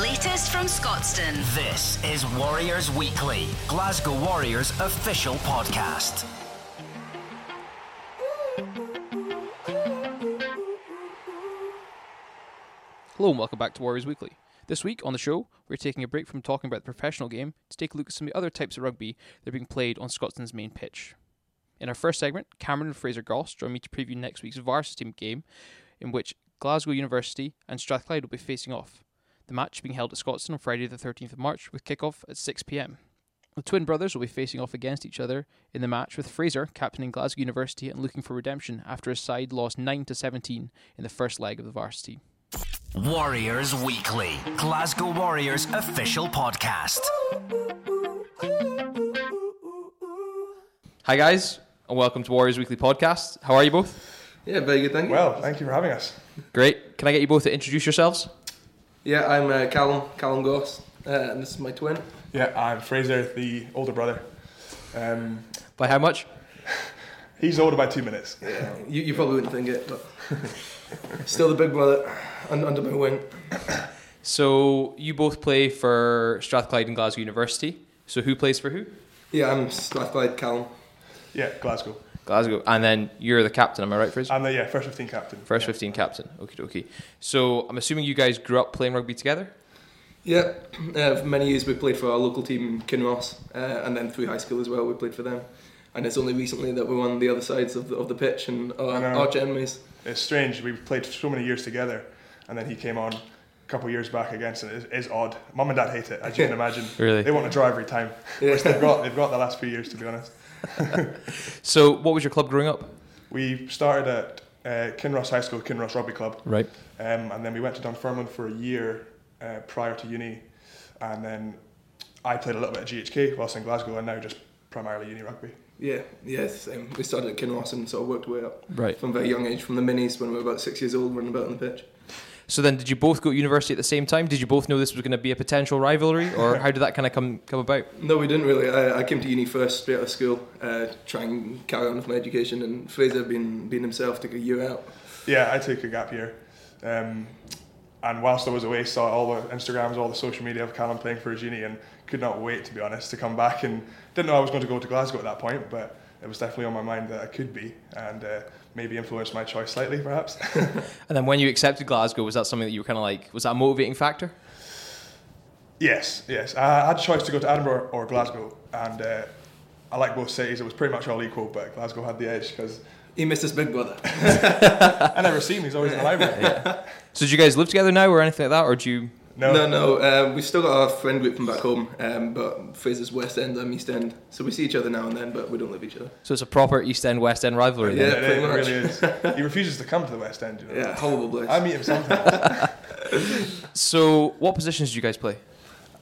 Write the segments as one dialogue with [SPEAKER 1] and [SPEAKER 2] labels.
[SPEAKER 1] latest from Scotstoun.
[SPEAKER 2] This is Warriors Weekly, Glasgow Warriors official podcast.
[SPEAKER 3] Hello and welcome back to Warriors Weekly. This week on the show, we're taking a break from talking about the professional game to take a look at some of the other types of rugby that are being played on Scotland's main pitch. In our first segment, Cameron and Fraser Goss join me to preview next week's varsity game, in which Glasgow University and Strathclyde will be facing off. The match being held at Scotstoun on Friday, the 13th of March, with kickoff at 6 pm. The twin brothers will be facing off against each other in the match, with Fraser captaining Glasgow University and looking for redemption after his side lost 9 to 17 in the first leg of the varsity.
[SPEAKER 2] Warriors Weekly, Glasgow Warriors official podcast.
[SPEAKER 3] Hi guys, and welcome to Warriors Weekly podcast. How are you both?
[SPEAKER 4] Yeah, very good, thank you.
[SPEAKER 5] Well, thank you for having us.
[SPEAKER 3] Great. Can I get you both to introduce yourselves?
[SPEAKER 4] yeah, I'm uh, Callum, Callum Goss, uh, and this is my twin.
[SPEAKER 5] Yeah, I'm Fraser, the older brother. Um,
[SPEAKER 3] By how much?
[SPEAKER 5] he's older by two minutes.
[SPEAKER 4] You, you probably wouldn't think it, but still the big brother un- under my wing.
[SPEAKER 3] So you both play for Strathclyde and Glasgow University. So who plays for who?
[SPEAKER 4] Yeah, I'm Strathclyde Callum.
[SPEAKER 5] Yeah, Glasgow.
[SPEAKER 3] Glasgow. And then you're the captain, am I right, Fraser?
[SPEAKER 5] I'm the Uh, yeah first 15 captain.
[SPEAKER 3] First 15 captain. Okie dokie. So I'm assuming you guys grew up playing rugby together?
[SPEAKER 4] Yeah, uh, for many years we played for our local team, Kinross, uh, and then through high school as well we played for them. And it's only recently that we won the other sides of the, of the pitch and
[SPEAKER 5] I
[SPEAKER 4] our
[SPEAKER 5] know.
[SPEAKER 4] arch enemies.
[SPEAKER 5] It's strange. We played so many years together, and then he came on a couple years back against, and it is odd. Mum and Dad hate it, as you can imagine.
[SPEAKER 3] Really?
[SPEAKER 5] They want to draw every time, which they've got. They've got the last few years, to be honest.
[SPEAKER 3] So what was your club growing up?
[SPEAKER 5] We started at uh, Kinross High School, Kinross Rugby Club.
[SPEAKER 3] Right.
[SPEAKER 5] Um, and then we went to Dunfermline for a year uh, prior to uni, and then I played a little bit of GHK whilst in Glasgow, and now just primarily uni rugby.
[SPEAKER 4] Yeah, yeah, it's the same. We started at Kinross and sort of worked way up
[SPEAKER 3] Right.
[SPEAKER 4] from a very young age, from the minis when we were about six years old, running about on the pitch.
[SPEAKER 3] So then did you both go to university at the same time? Did you both know this was going to be a potential rivalry? Or how did that kind of come, come about?
[SPEAKER 4] No, we didn't really. I, I came to uni first, straight out of school, uh, trying and carry on with my education. And Fraser had been been himself took a year out.
[SPEAKER 5] Yeah, I took a gap year, um, and whilst I was away, saw all the Instagrams, all the social media of Callum playing for his uni, and could not wait to be honest to come back. And didn't know I was going to go to Glasgow at that point, but it was definitely on my mind that I could be, and uh, maybe influenced my choice slightly, perhaps.
[SPEAKER 3] And then when you accepted Glasgow, was that something that you were kind of like, was that a motivating factor?
[SPEAKER 5] Yes, yes. I had a choice to go to Edinburgh or Glasgow, and uh, I like both cities. It was pretty much all equal, but Glasgow had the edge because
[SPEAKER 4] He missed his big brother.
[SPEAKER 5] I never see him. He's always in the library.
[SPEAKER 3] So do you guys live together now or anything like that? Or do you
[SPEAKER 5] No,
[SPEAKER 4] No, no. Uh, we've still got our friend group from back home, um, but Fraser's West End, I'm East End, so we see each other now and then, but we don't live each other.
[SPEAKER 3] So it's a proper East End West End rivalry. then.
[SPEAKER 4] Yeah,
[SPEAKER 5] it, it
[SPEAKER 4] pretty much.
[SPEAKER 5] really is. He refuses to come to the West End. You know?
[SPEAKER 4] Yeah, horrible place.
[SPEAKER 5] I meet him sometimes.
[SPEAKER 3] So what positions do you guys play?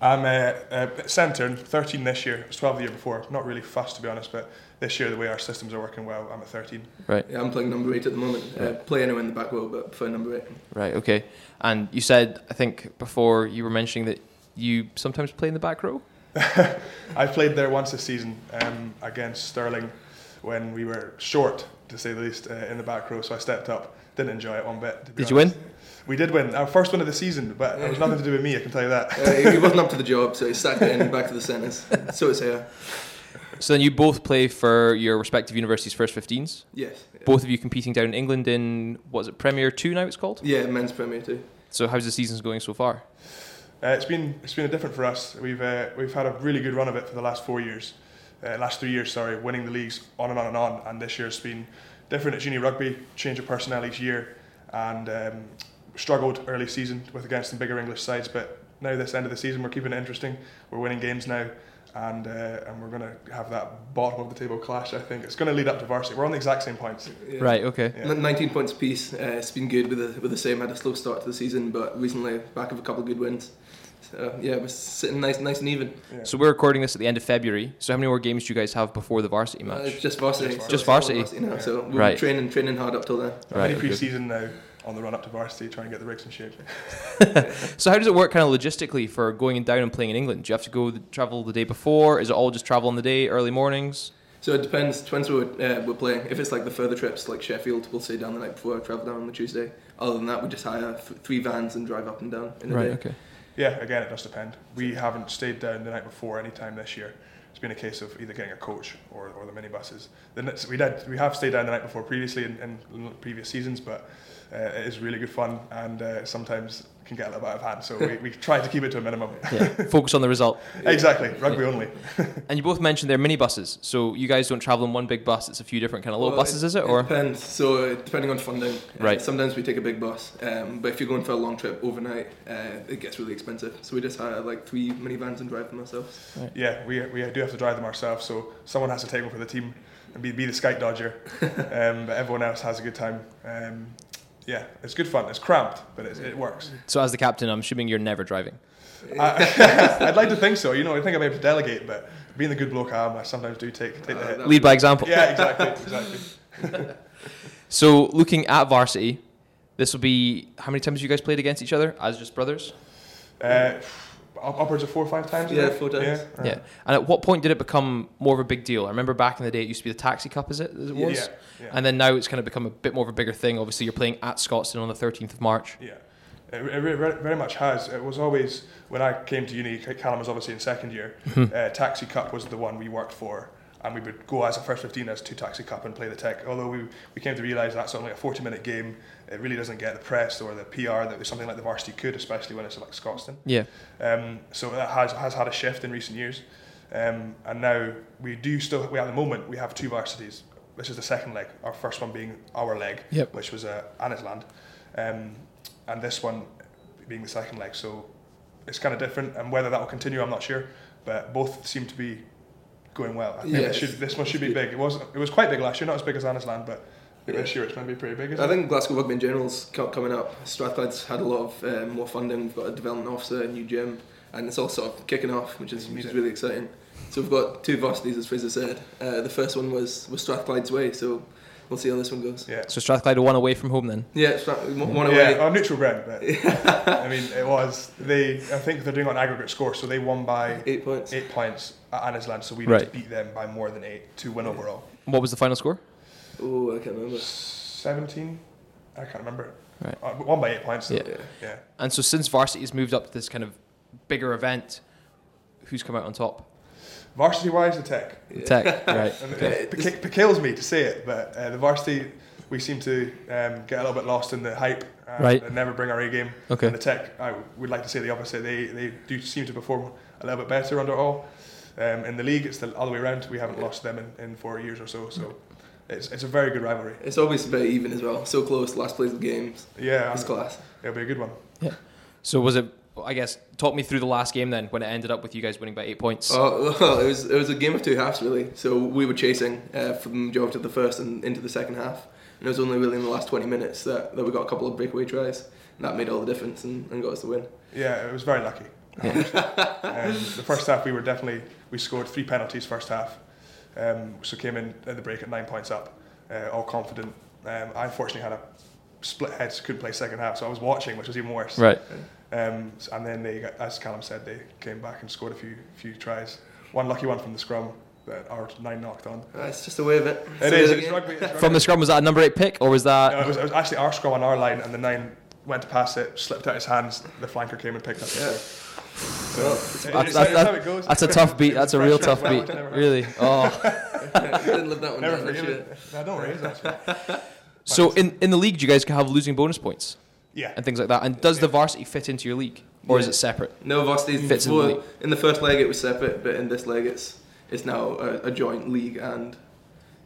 [SPEAKER 5] I'm uh, uh, centre, and 13 this year. It was 12 the year before. Not really fussed to be honest, but this year the way our systems are working well, I'm at 13.
[SPEAKER 3] Right,
[SPEAKER 4] yeah, I'm playing number eight at the moment. Uh, play anywhere in the back row, but for number eight.
[SPEAKER 3] right, okay. And you said I think before you were mentioning that you sometimes play in the back row.
[SPEAKER 5] I played there once this season um, against Sterling when we were short, to say the least, uh, in the back row. So I stepped up. Didn't enjoy it one bit. to be
[SPEAKER 3] Did you win?
[SPEAKER 5] We did win our first win of the season, but it was nothing to do with me. I can tell you that.
[SPEAKER 4] Uh, he he wasn't up to the job, so he sacked it in back to the centres. So it's here.
[SPEAKER 3] So then you both play for your respective universities' first 15s.
[SPEAKER 4] Yes.
[SPEAKER 3] Both of you competing down in England in what is it Premier Two now? It's called.
[SPEAKER 4] Yeah, men's Premier too.
[SPEAKER 3] So how's the season's going so far?
[SPEAKER 5] Uh, it's been it's been different for us. We've uh, we've had a really good run of it for the last four years, uh, last three years. Sorry, winning the leagues on and on and on. And this year's been different at junior rugby. Change of personnel each year, and um, struggled early season with against some bigger English sides. But now this end of the season, we're keeping it interesting. We're winning games now. And, uh, and we're going to have that bottom of the table clash, I think. It's going to lead up to varsity. We're on the exact same points.
[SPEAKER 4] Yeah.
[SPEAKER 3] Right, okay.
[SPEAKER 5] Yeah.
[SPEAKER 4] N- 19 points apiece. Uh, it's been good with the, with the same. Had a slow start to the season, but recently back of a couple of good wins. So yeah, we're sitting nice, nice and even.
[SPEAKER 5] Yeah.
[SPEAKER 3] So we're recording this at the end of February. So how many more games do you guys have before the varsity
[SPEAKER 4] Uh,
[SPEAKER 3] match?
[SPEAKER 4] it's just varsity.
[SPEAKER 5] Just
[SPEAKER 4] so
[SPEAKER 3] Just
[SPEAKER 4] it's all
[SPEAKER 3] varsity.
[SPEAKER 4] now, so we're
[SPEAKER 3] Right.
[SPEAKER 4] training, training hard up till then.
[SPEAKER 3] Right,
[SPEAKER 5] Mini
[SPEAKER 3] okay.
[SPEAKER 5] pre-season now on the run up to varsity, trying to get the rigs in shape.
[SPEAKER 3] So how does it work kind of logistically for going and down and playing in England? Do you have to go the, travel the day before? Is it all just travel on the day, early mornings?
[SPEAKER 4] So it depends. Depends where we're, uh, we're playing. If it's like the further trips, like Sheffield, we'll stay down the night before. Travel down on the Tuesday. Other than that, we just hire th- three vans and drive up and down in a day.
[SPEAKER 3] okay.
[SPEAKER 5] yeah, again, it does depend. We haven't stayed down the night before any time this year. It's been a case of either getting a coach or, or the minibuses. The next, we did we have stayed down the night before previously in, in previous seasons, but uh, it is really good fun and uh, sometimes can get a little bit out of hand. So we, we try to keep it to a minimum.
[SPEAKER 1] Yeah. Focus on the result.
[SPEAKER 5] exactly, rugby only.
[SPEAKER 1] And you both mentioned they're minibuses, so you guys don't travel in one big bus. It's a few different kind of little
[SPEAKER 4] Well,
[SPEAKER 1] buses, is it? Or
[SPEAKER 4] depends. So uh, depending on funding, uh,
[SPEAKER 1] Right.
[SPEAKER 4] Sometimes we take a big bus, um, but if you're going for a long trip overnight, uh, it gets really expensive. So we just hire like three minivans and drive them ourselves.
[SPEAKER 5] yeah, we, we do have to drive them ourselves, so someone has to take over the team and be, be the skite dodger. um, but everyone else has a good time. Um, yeah, it's good fun. It's cramped, but it, it works.
[SPEAKER 1] so as the captain, I'm assuming you're never driving.
[SPEAKER 5] I, I'd like to think so. You know, I think I'm able to delegate, but being the good bloke I am, I sometimes do take take the
[SPEAKER 4] Uh,
[SPEAKER 5] hit.
[SPEAKER 4] that-
[SPEAKER 1] Lead by example.
[SPEAKER 5] Yeah, exactly, exactly.
[SPEAKER 1] So looking at varsity, this will be how many times have you guys played against each other as just brothers?
[SPEAKER 5] Uh, up- upwards of four or five times. I
[SPEAKER 4] Yeah,
[SPEAKER 5] think.
[SPEAKER 4] four times.
[SPEAKER 5] Yeah.
[SPEAKER 1] Yeah. And at what point did it become more of a big deal? I remember back in the day it used to be the taxi cup, is it? As it
[SPEAKER 5] Yeah.
[SPEAKER 1] was?
[SPEAKER 5] Yeah. yeah.
[SPEAKER 1] And then now it's kind of become a bit more of a bigger thing. Obviously, you're playing at Scotstoun on the 13th of March.
[SPEAKER 5] Yeah, it, it re- re- very much has. It was always when I came to uni. C- Callum was obviously in second year. uh, taxi Cup was the one we worked for, and we would go as a first fifteen as two Taxi Cup and play the tech. Although we we came to realise that's only a forty minute game. It really doesn't get the press or the PR that something like the varsity could, especially when it's like Scotstoun.
[SPEAKER 1] Yeah.
[SPEAKER 5] Um, so that has, has had a shift in recent years. Um, and now we do still, we, at the moment, we have two varsities. This is the second leg, our first one being our leg,
[SPEAKER 1] Yep.
[SPEAKER 5] which was uh, Annisland, um, and this one being the second leg. So it's kind of different, and whether that will continue, I'm not sure. But both seem to be going well. I think
[SPEAKER 4] Yeah,
[SPEAKER 5] it should,
[SPEAKER 4] it's-
[SPEAKER 5] this one should
[SPEAKER 4] it's
[SPEAKER 5] be big. It was it was quite big last year, not as big as Annisland, but this year it's going to be pretty big. Isn't
[SPEAKER 4] I
[SPEAKER 5] it?
[SPEAKER 4] think Glasgow Rugby in general's co- coming up. Strathclyde's had a lot of um, more funding. We've got a development officer, a new gym, and it's all sort of kicking off, which is which is really exciting. So we've got two varsities, as Fraser said. Uh, the first one was was Strathclyde's way, so we'll see how this one goes.
[SPEAKER 5] Yeah.
[SPEAKER 1] So Strathclyde are one away from home then.
[SPEAKER 4] Yeah, Strath- one one away.
[SPEAKER 5] Yeah, on neutral ground, but I mean, it was they. I think they're doing it on aggregate score, so they won by
[SPEAKER 4] Eight points.
[SPEAKER 5] eight points at Annisland, so we need
[SPEAKER 1] Right.
[SPEAKER 5] to beat them by more than eight to win overall.
[SPEAKER 1] What was the final score?
[SPEAKER 4] Oh, I can't remember.
[SPEAKER 5] Seventeen, I can't remember.
[SPEAKER 1] Right.
[SPEAKER 5] Uh, but won by eight points. so-
[SPEAKER 1] Yeah.
[SPEAKER 5] yeah.
[SPEAKER 1] And so since varsity's moved up to this kind of bigger event, who's come out on top?
[SPEAKER 5] Varsity wise, the tech.
[SPEAKER 1] Tech, right.
[SPEAKER 5] And It, it, it kills me to say it, but uh, the varsity we seem to um, get a little bit lost in the hype and,
[SPEAKER 1] Right.
[SPEAKER 5] and never bring our A game.
[SPEAKER 1] Okay.
[SPEAKER 5] And the tech, I would like to say the opposite. They they do seem to perform a little bit better under all. Um, in the league, it's the other way around. We haven't lost them in, in four years or so,
[SPEAKER 4] Mm.
[SPEAKER 5] so it's, it's a very good rivalry.
[SPEAKER 4] It's always very even as well. So close, last plays of games.
[SPEAKER 5] Yeah,
[SPEAKER 4] It's
[SPEAKER 5] and
[SPEAKER 4] class.
[SPEAKER 5] it'll be a good one.
[SPEAKER 1] So was it? I guess talk me through the last game then, when it ended up with you guys winning by eight points.
[SPEAKER 4] Oh, well, it was it was a game of two halves really. So we were chasing uh, from the majority of the first and into the second half, and it was only really in the last twenty minutes that, that we got a couple of breakaway tries, and that made all the difference and, and got us the win.
[SPEAKER 5] Yeah, it was very lucky. 100%. um, the first half, we were definitely we scored three penalties first half, um, so came in at the break at nine points up, uh, all confident. Um, I unfortunately had a split head, so couldn't play second half, so I was watching, which was even worse.
[SPEAKER 1] right.
[SPEAKER 5] Um, s- and then they, got- as Callum said, they came back and scored a few few tries. One lucky one from the scrum that our nine knocked on.
[SPEAKER 4] Uh, it's just a way of it.
[SPEAKER 5] It
[SPEAKER 4] the
[SPEAKER 5] is.
[SPEAKER 4] way of
[SPEAKER 5] It's
[SPEAKER 4] the game.
[SPEAKER 5] rugby. It's rugby.
[SPEAKER 1] From the scrum, was that a number eight pick or was that?
[SPEAKER 5] No, it, was, it was actually our scrum on our line, and the nine went to pass it, slipped out his hands. The flanker came and picked up.
[SPEAKER 4] Yeah.
[SPEAKER 5] the So
[SPEAKER 4] Well,
[SPEAKER 1] That's, that's, that's, that's a tough beat. That's a real tough beat. Really. Oh.
[SPEAKER 4] Didn't live that one
[SPEAKER 5] Never
[SPEAKER 4] down,
[SPEAKER 5] forgive
[SPEAKER 4] actually.
[SPEAKER 5] it. No, don't worry. it's actually-
[SPEAKER 1] So in, in the league, do you guys have losing bonus points
[SPEAKER 5] Yeah.
[SPEAKER 1] and things like that. And does the varsity fit into your league or is it separate?
[SPEAKER 4] No varsity
[SPEAKER 1] Fits in the
[SPEAKER 4] before,
[SPEAKER 1] league.
[SPEAKER 4] in the first leg it was separate, but in this leg it's it's now a, a joint league and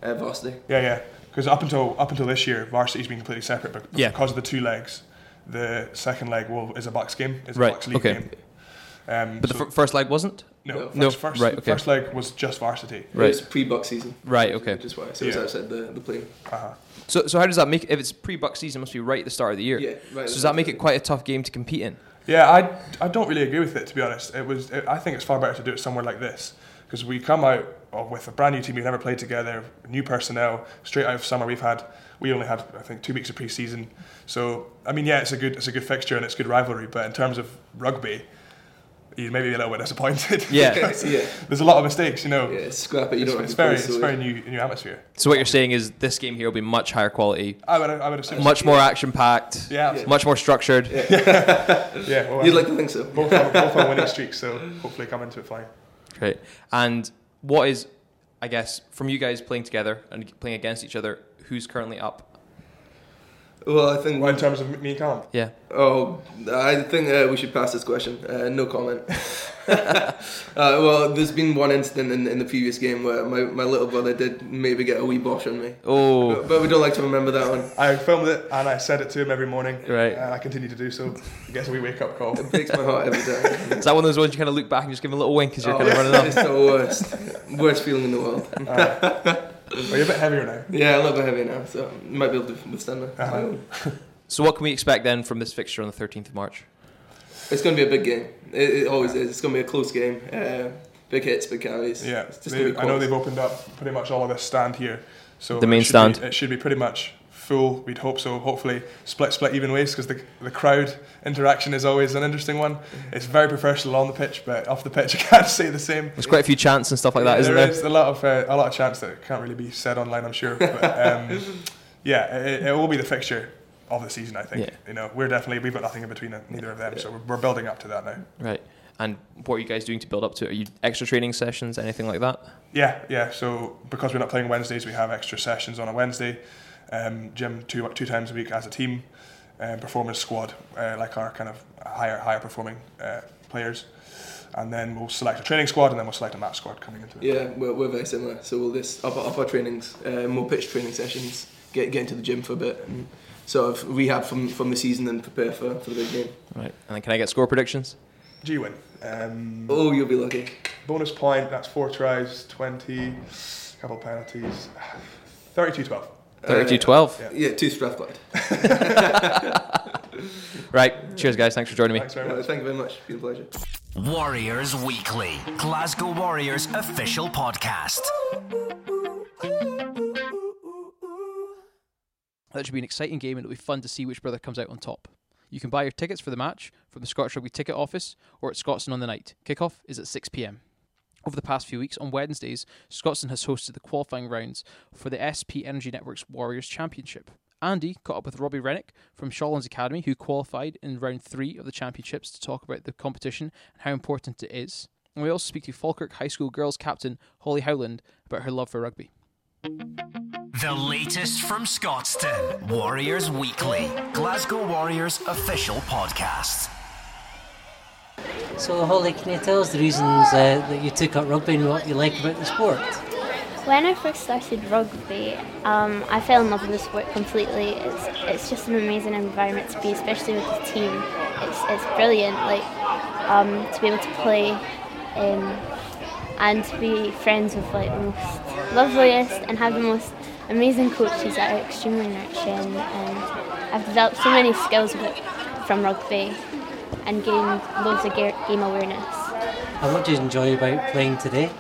[SPEAKER 4] uh, varsity.
[SPEAKER 5] Yeah, yeah. Because up until up until this year, varsity's been completely separate, but
[SPEAKER 1] Yeah.
[SPEAKER 5] because of the two legs, the second leg will is a Bucks game. It's
[SPEAKER 1] Right,
[SPEAKER 5] a Bucks league
[SPEAKER 1] okay.
[SPEAKER 5] game. Um,
[SPEAKER 1] But the
[SPEAKER 5] so-
[SPEAKER 1] fir- first leg wasn't?
[SPEAKER 5] no,
[SPEAKER 1] no,
[SPEAKER 5] first, first,
[SPEAKER 1] right, okay.
[SPEAKER 5] first leg was just varsity.
[SPEAKER 4] It was pre-buck season.
[SPEAKER 1] Right, okay.
[SPEAKER 4] Which is why. So it's
[SPEAKER 5] Yeah.
[SPEAKER 4] outside the the plane.
[SPEAKER 5] Uh-huh.
[SPEAKER 1] So, so how does that make If it's pre buck season, it must be right at the start of the year.
[SPEAKER 4] Yeah, right.
[SPEAKER 1] So does that make it quite a tough game to compete in?
[SPEAKER 5] Yeah, I, I don't really agree with it to be honest. It was I think it's far better to do it somewhere like this because we come out of- with a brand new team we've never played together, new personnel, straight out of summer. We've had we only had I think two weeks of pre-season. So I mean, yeah, it's a good it's a good fixture and it's good rivalry. But in terms of rugby, he's maybe a little bit disappointed.
[SPEAKER 1] Yeah.
[SPEAKER 4] yeah.
[SPEAKER 5] There's a lot of mistakes, you know.
[SPEAKER 4] Yeah, scrap it. You
[SPEAKER 5] It's,
[SPEAKER 4] don't have
[SPEAKER 5] it's
[SPEAKER 4] to play
[SPEAKER 5] very, it's
[SPEAKER 4] so-
[SPEAKER 5] very new, new atmosphere.
[SPEAKER 1] So what you're saying is this game here will be much higher quality,
[SPEAKER 5] I would, I would assume.
[SPEAKER 1] much more action packed,
[SPEAKER 5] Yeah, absolutely.
[SPEAKER 1] much more structured.
[SPEAKER 5] yeah. well,
[SPEAKER 4] You'd like to think so.
[SPEAKER 5] both on, both on winning streaks, so hopefully come into it flying.
[SPEAKER 1] Great. And what is, I guess, from you guys playing together and playing against each other, who's currently up?
[SPEAKER 4] Well, I think.
[SPEAKER 5] Well, in terms of me and Callum,
[SPEAKER 1] Yeah.
[SPEAKER 4] Oh, I think uh, we should pass this question. Uh, no comment. uh, well, there's been one incident in, in the previous game where my, my little brother did maybe get a wee bosh on me.
[SPEAKER 1] Oh,
[SPEAKER 4] But, but we don't like to remember that one.
[SPEAKER 5] I filmed it and I sent it to him every morning.
[SPEAKER 1] Right.
[SPEAKER 5] And I continue to do so. I guess a wee wake up call.
[SPEAKER 4] It breaks my heart every time.
[SPEAKER 1] is that one of those ones you kind of look back and just give him a little wink because you're
[SPEAKER 4] Oh,
[SPEAKER 1] kind of running
[SPEAKER 4] It's
[SPEAKER 1] up?
[SPEAKER 4] the worst. Worst feeling in the world.
[SPEAKER 5] Well, you're a bit heavier now.
[SPEAKER 4] Yeah, I love bit heavy now, so you might be able to withstand that.
[SPEAKER 5] Uh-huh.
[SPEAKER 1] So what can we expect then from this fixture on the 13th of March?
[SPEAKER 4] It's going to be a big game. It, it always is. It's going to be a close game. Uh, big hits, big carries.
[SPEAKER 5] Yeah,
[SPEAKER 4] It's just
[SPEAKER 5] they-
[SPEAKER 4] gonna be
[SPEAKER 5] I know
[SPEAKER 4] close.
[SPEAKER 5] they've opened up pretty much all of this stand here, so
[SPEAKER 1] The main
[SPEAKER 5] it should
[SPEAKER 1] stand.
[SPEAKER 5] Be, it should be pretty much full. We'd hope so. Hopefully, split split even ways because the the crowd interaction is always an interesting one.
[SPEAKER 1] Mm-hmm.
[SPEAKER 5] It's very professional on the pitch, but off the pitch, I can't say the same.
[SPEAKER 1] There's quite a few chants and stuff like that, isn't
[SPEAKER 5] There
[SPEAKER 1] there?
[SPEAKER 5] is a lot of uh, a lot of chance that can't really be said online, I'm sure. But um, yeah, it, it will be the fixture of the season, I think.
[SPEAKER 1] Yeah.
[SPEAKER 5] You know, we're definitely we've got nothing in between it, neither of them, so we're, we're building up to that now.
[SPEAKER 1] Right. And what are you guys doing to build up to it? Are you extra training sessions, anything like that?
[SPEAKER 5] Yeah, yeah. So because we're not playing Wednesdays, we have extra sessions on a Wednesday, um, gym two two times a week as a team, um, performance squad uh, like our kind of higher higher performing uh, players, and then we'll select a training squad and then we'll select a match squad coming into it.
[SPEAKER 4] Yeah, we're, we're very similar. So we'll just up, up our trainings, uh, more pitch training sessions, get get into the gym for a bit, and sort of rehab from, from the season and prepare for, for the big game.
[SPEAKER 1] Right. And then can I get score predictions?
[SPEAKER 5] G win. Um,
[SPEAKER 4] Oh, you'll be lucky.
[SPEAKER 5] Bonus point, that's four tries, 20, couple penalties, 32 12.
[SPEAKER 1] 32 12.
[SPEAKER 4] Yeah, two Strathclyde.
[SPEAKER 1] Right. Cheers, guys. Thanks for joining me.
[SPEAKER 5] Thanks very
[SPEAKER 4] Uh,
[SPEAKER 5] much.
[SPEAKER 4] thank you very much. It's been a pleasure.
[SPEAKER 2] Warriors Weekly, Glasgow Warriors official podcast.
[SPEAKER 3] That should be an exciting game and it'll be fun to see which brother comes out on top. You can buy your tickets for the match from the Scottish Rugby Ticket Office or at Scotston on the night. Kickoff is at 6pm. Over the past few weeks, on Wednesdays, Scotston has hosted the qualifying rounds for the SP Energy Network's Warriors Championship. Andy caught up with Robbie Rennick from Shawlands Academy, who qualified in round three of the championships, to talk about the competition and how important it is. And we also speak to Falkirk High School girls captain Holly Howland about her love for rugby.
[SPEAKER 2] The latest from Scotstoun, Warriors Weekly, Glasgow Warriors official podcast.
[SPEAKER 6] So, Holly, can you tell us the reasons uh, that you took up rugby and what you like about the sport?
[SPEAKER 7] When I first started rugby, um, I fell in love with the sport completely. It's, it's just an amazing environment to be, especially with the team. It's, it's brilliant, like um, to be able to play um, and to be friends with like the most loveliest and have the most amazing coaches that are extremely nurturing. And I've developed so many skills with it from rugby and gained loads of ga- game awareness.
[SPEAKER 6] And what do you enjoy about playing today?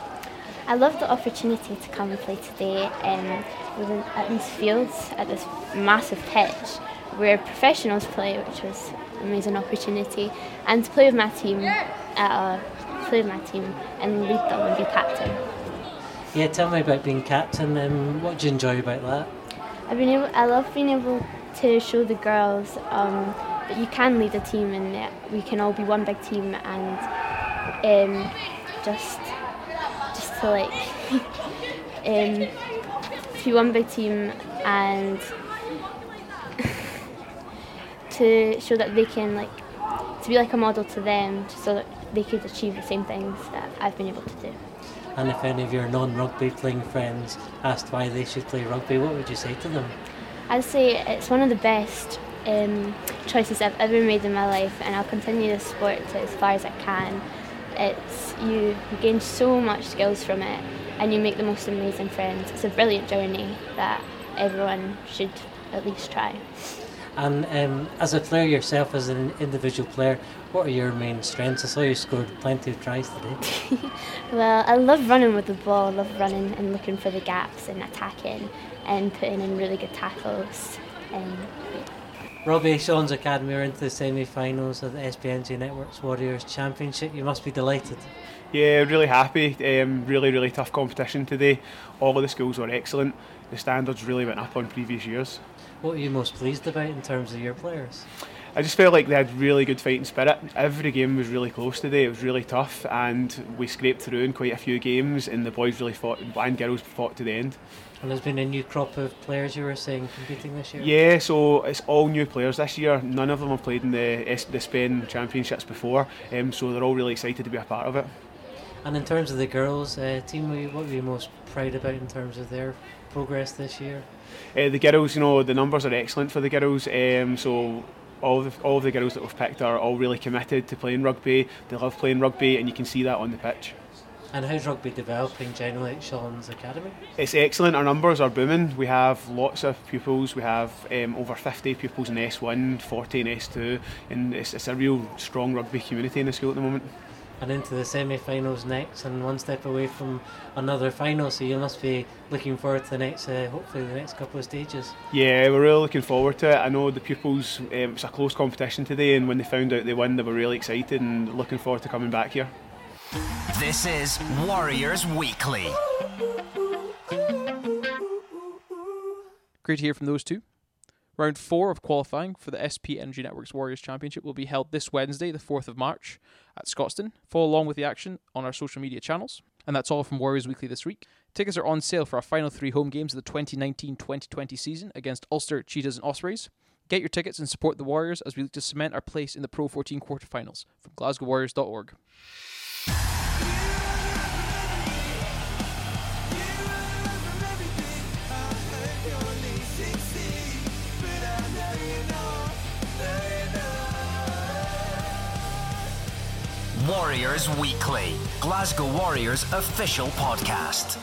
[SPEAKER 7] I love the opportunity to come and play today um, within, at these fields, at this massive pitch where professionals play, which was an amazing opportunity, and to play with my team, at a, play with my team and lead them and be captain.
[SPEAKER 6] Yeah, tell me about being captain and what do you enjoy about that?
[SPEAKER 7] I've been able, I love being able to show the girls um, that you can lead a team and that we can all be one big team and um, just just to like um, to be one big team and to show that they can like to be like a model to them so that they could achieve the same things that I've been able to do.
[SPEAKER 6] And if any of your non rugby playing friends asked why they should play rugby, what would you say to them?
[SPEAKER 7] I'd say it's one of the best um, choices I've ever made in my life, and I'll continue this sport to as far as I can. It's you gain so much skills from it, and you make the most amazing friends. It's a brilliant journey that everyone should at least try.
[SPEAKER 6] And um, as a player yourself, as an individual player, what are your main strengths? I saw you scored plenty of tries today.
[SPEAKER 7] Well, I love running with the ball. I love running and looking for the um. gaps and attacking and putting in really good tackles. And
[SPEAKER 6] Robbie Sean's Academy are into the semi finals of the SPNG Networks Warriors Championship. You must be delighted.
[SPEAKER 8] Yeah, really happy. Um, really, really tough competition today. All of the schools were excellent. The standards really went up on previous years.
[SPEAKER 6] What are you most pleased about in terms of your players?
[SPEAKER 8] I just felt like they had really good fighting spirit. Every game was really close today. It was really tough, and we scraped through in quite a few games. And the boys really fought, and girls fought to the end.
[SPEAKER 6] And there's been a new crop of players you were saying competing this year.
[SPEAKER 8] Yeah, so it's all new players this year. None of them have played in the S- the Spain Championships before, um, so they're all really excited to be a part of it.
[SPEAKER 6] And in terms of the girls' uh, team, were you- what were you most proud about in terms of their progress this year?
[SPEAKER 8] Uh, the girls, you know, the numbers are excellent for the girls. Um, so all the, all the girls that we've picked are all really committed to playing rugby. They love playing rugby, and you can see that on the pitch.
[SPEAKER 6] And how's rugby developing generally at Sean's Academy?
[SPEAKER 8] It's excellent. Our numbers are booming. We have lots of pupils. We have um, over 50 pupils in S1, 40 in S2, and it's, it's a real strong rugby community in the school at the moment.
[SPEAKER 6] And into the semi finals next, and one step away from another final, so you must be looking forward to the next, uh, hopefully, the next couple of stages.
[SPEAKER 8] Yeah, we're really looking forward to it. I know the pupils, um, it's a close competition today, and when they found out they won, they were really excited and looking forward to coming back here.
[SPEAKER 2] This is Warriors Weekly.
[SPEAKER 3] Great to hear from those two. Round four of qualifying for the SP Energy Networks Warriors Championship will be held this Wednesday, the 4th of March, at Scotstoun. Follow along with the action on our social media channels. And that's all from Warriors Weekly this week. Tickets are on sale for our final three home games of the 2019 2020 season against Ulster, Cheetahs, and Ospreys. Get your tickets and support the Warriors as we look to cement our place in the Pro 14 quarterfinals from GlasgowWarriors.org.
[SPEAKER 2] Warriors Weekly, Glasgow Warriors official podcast.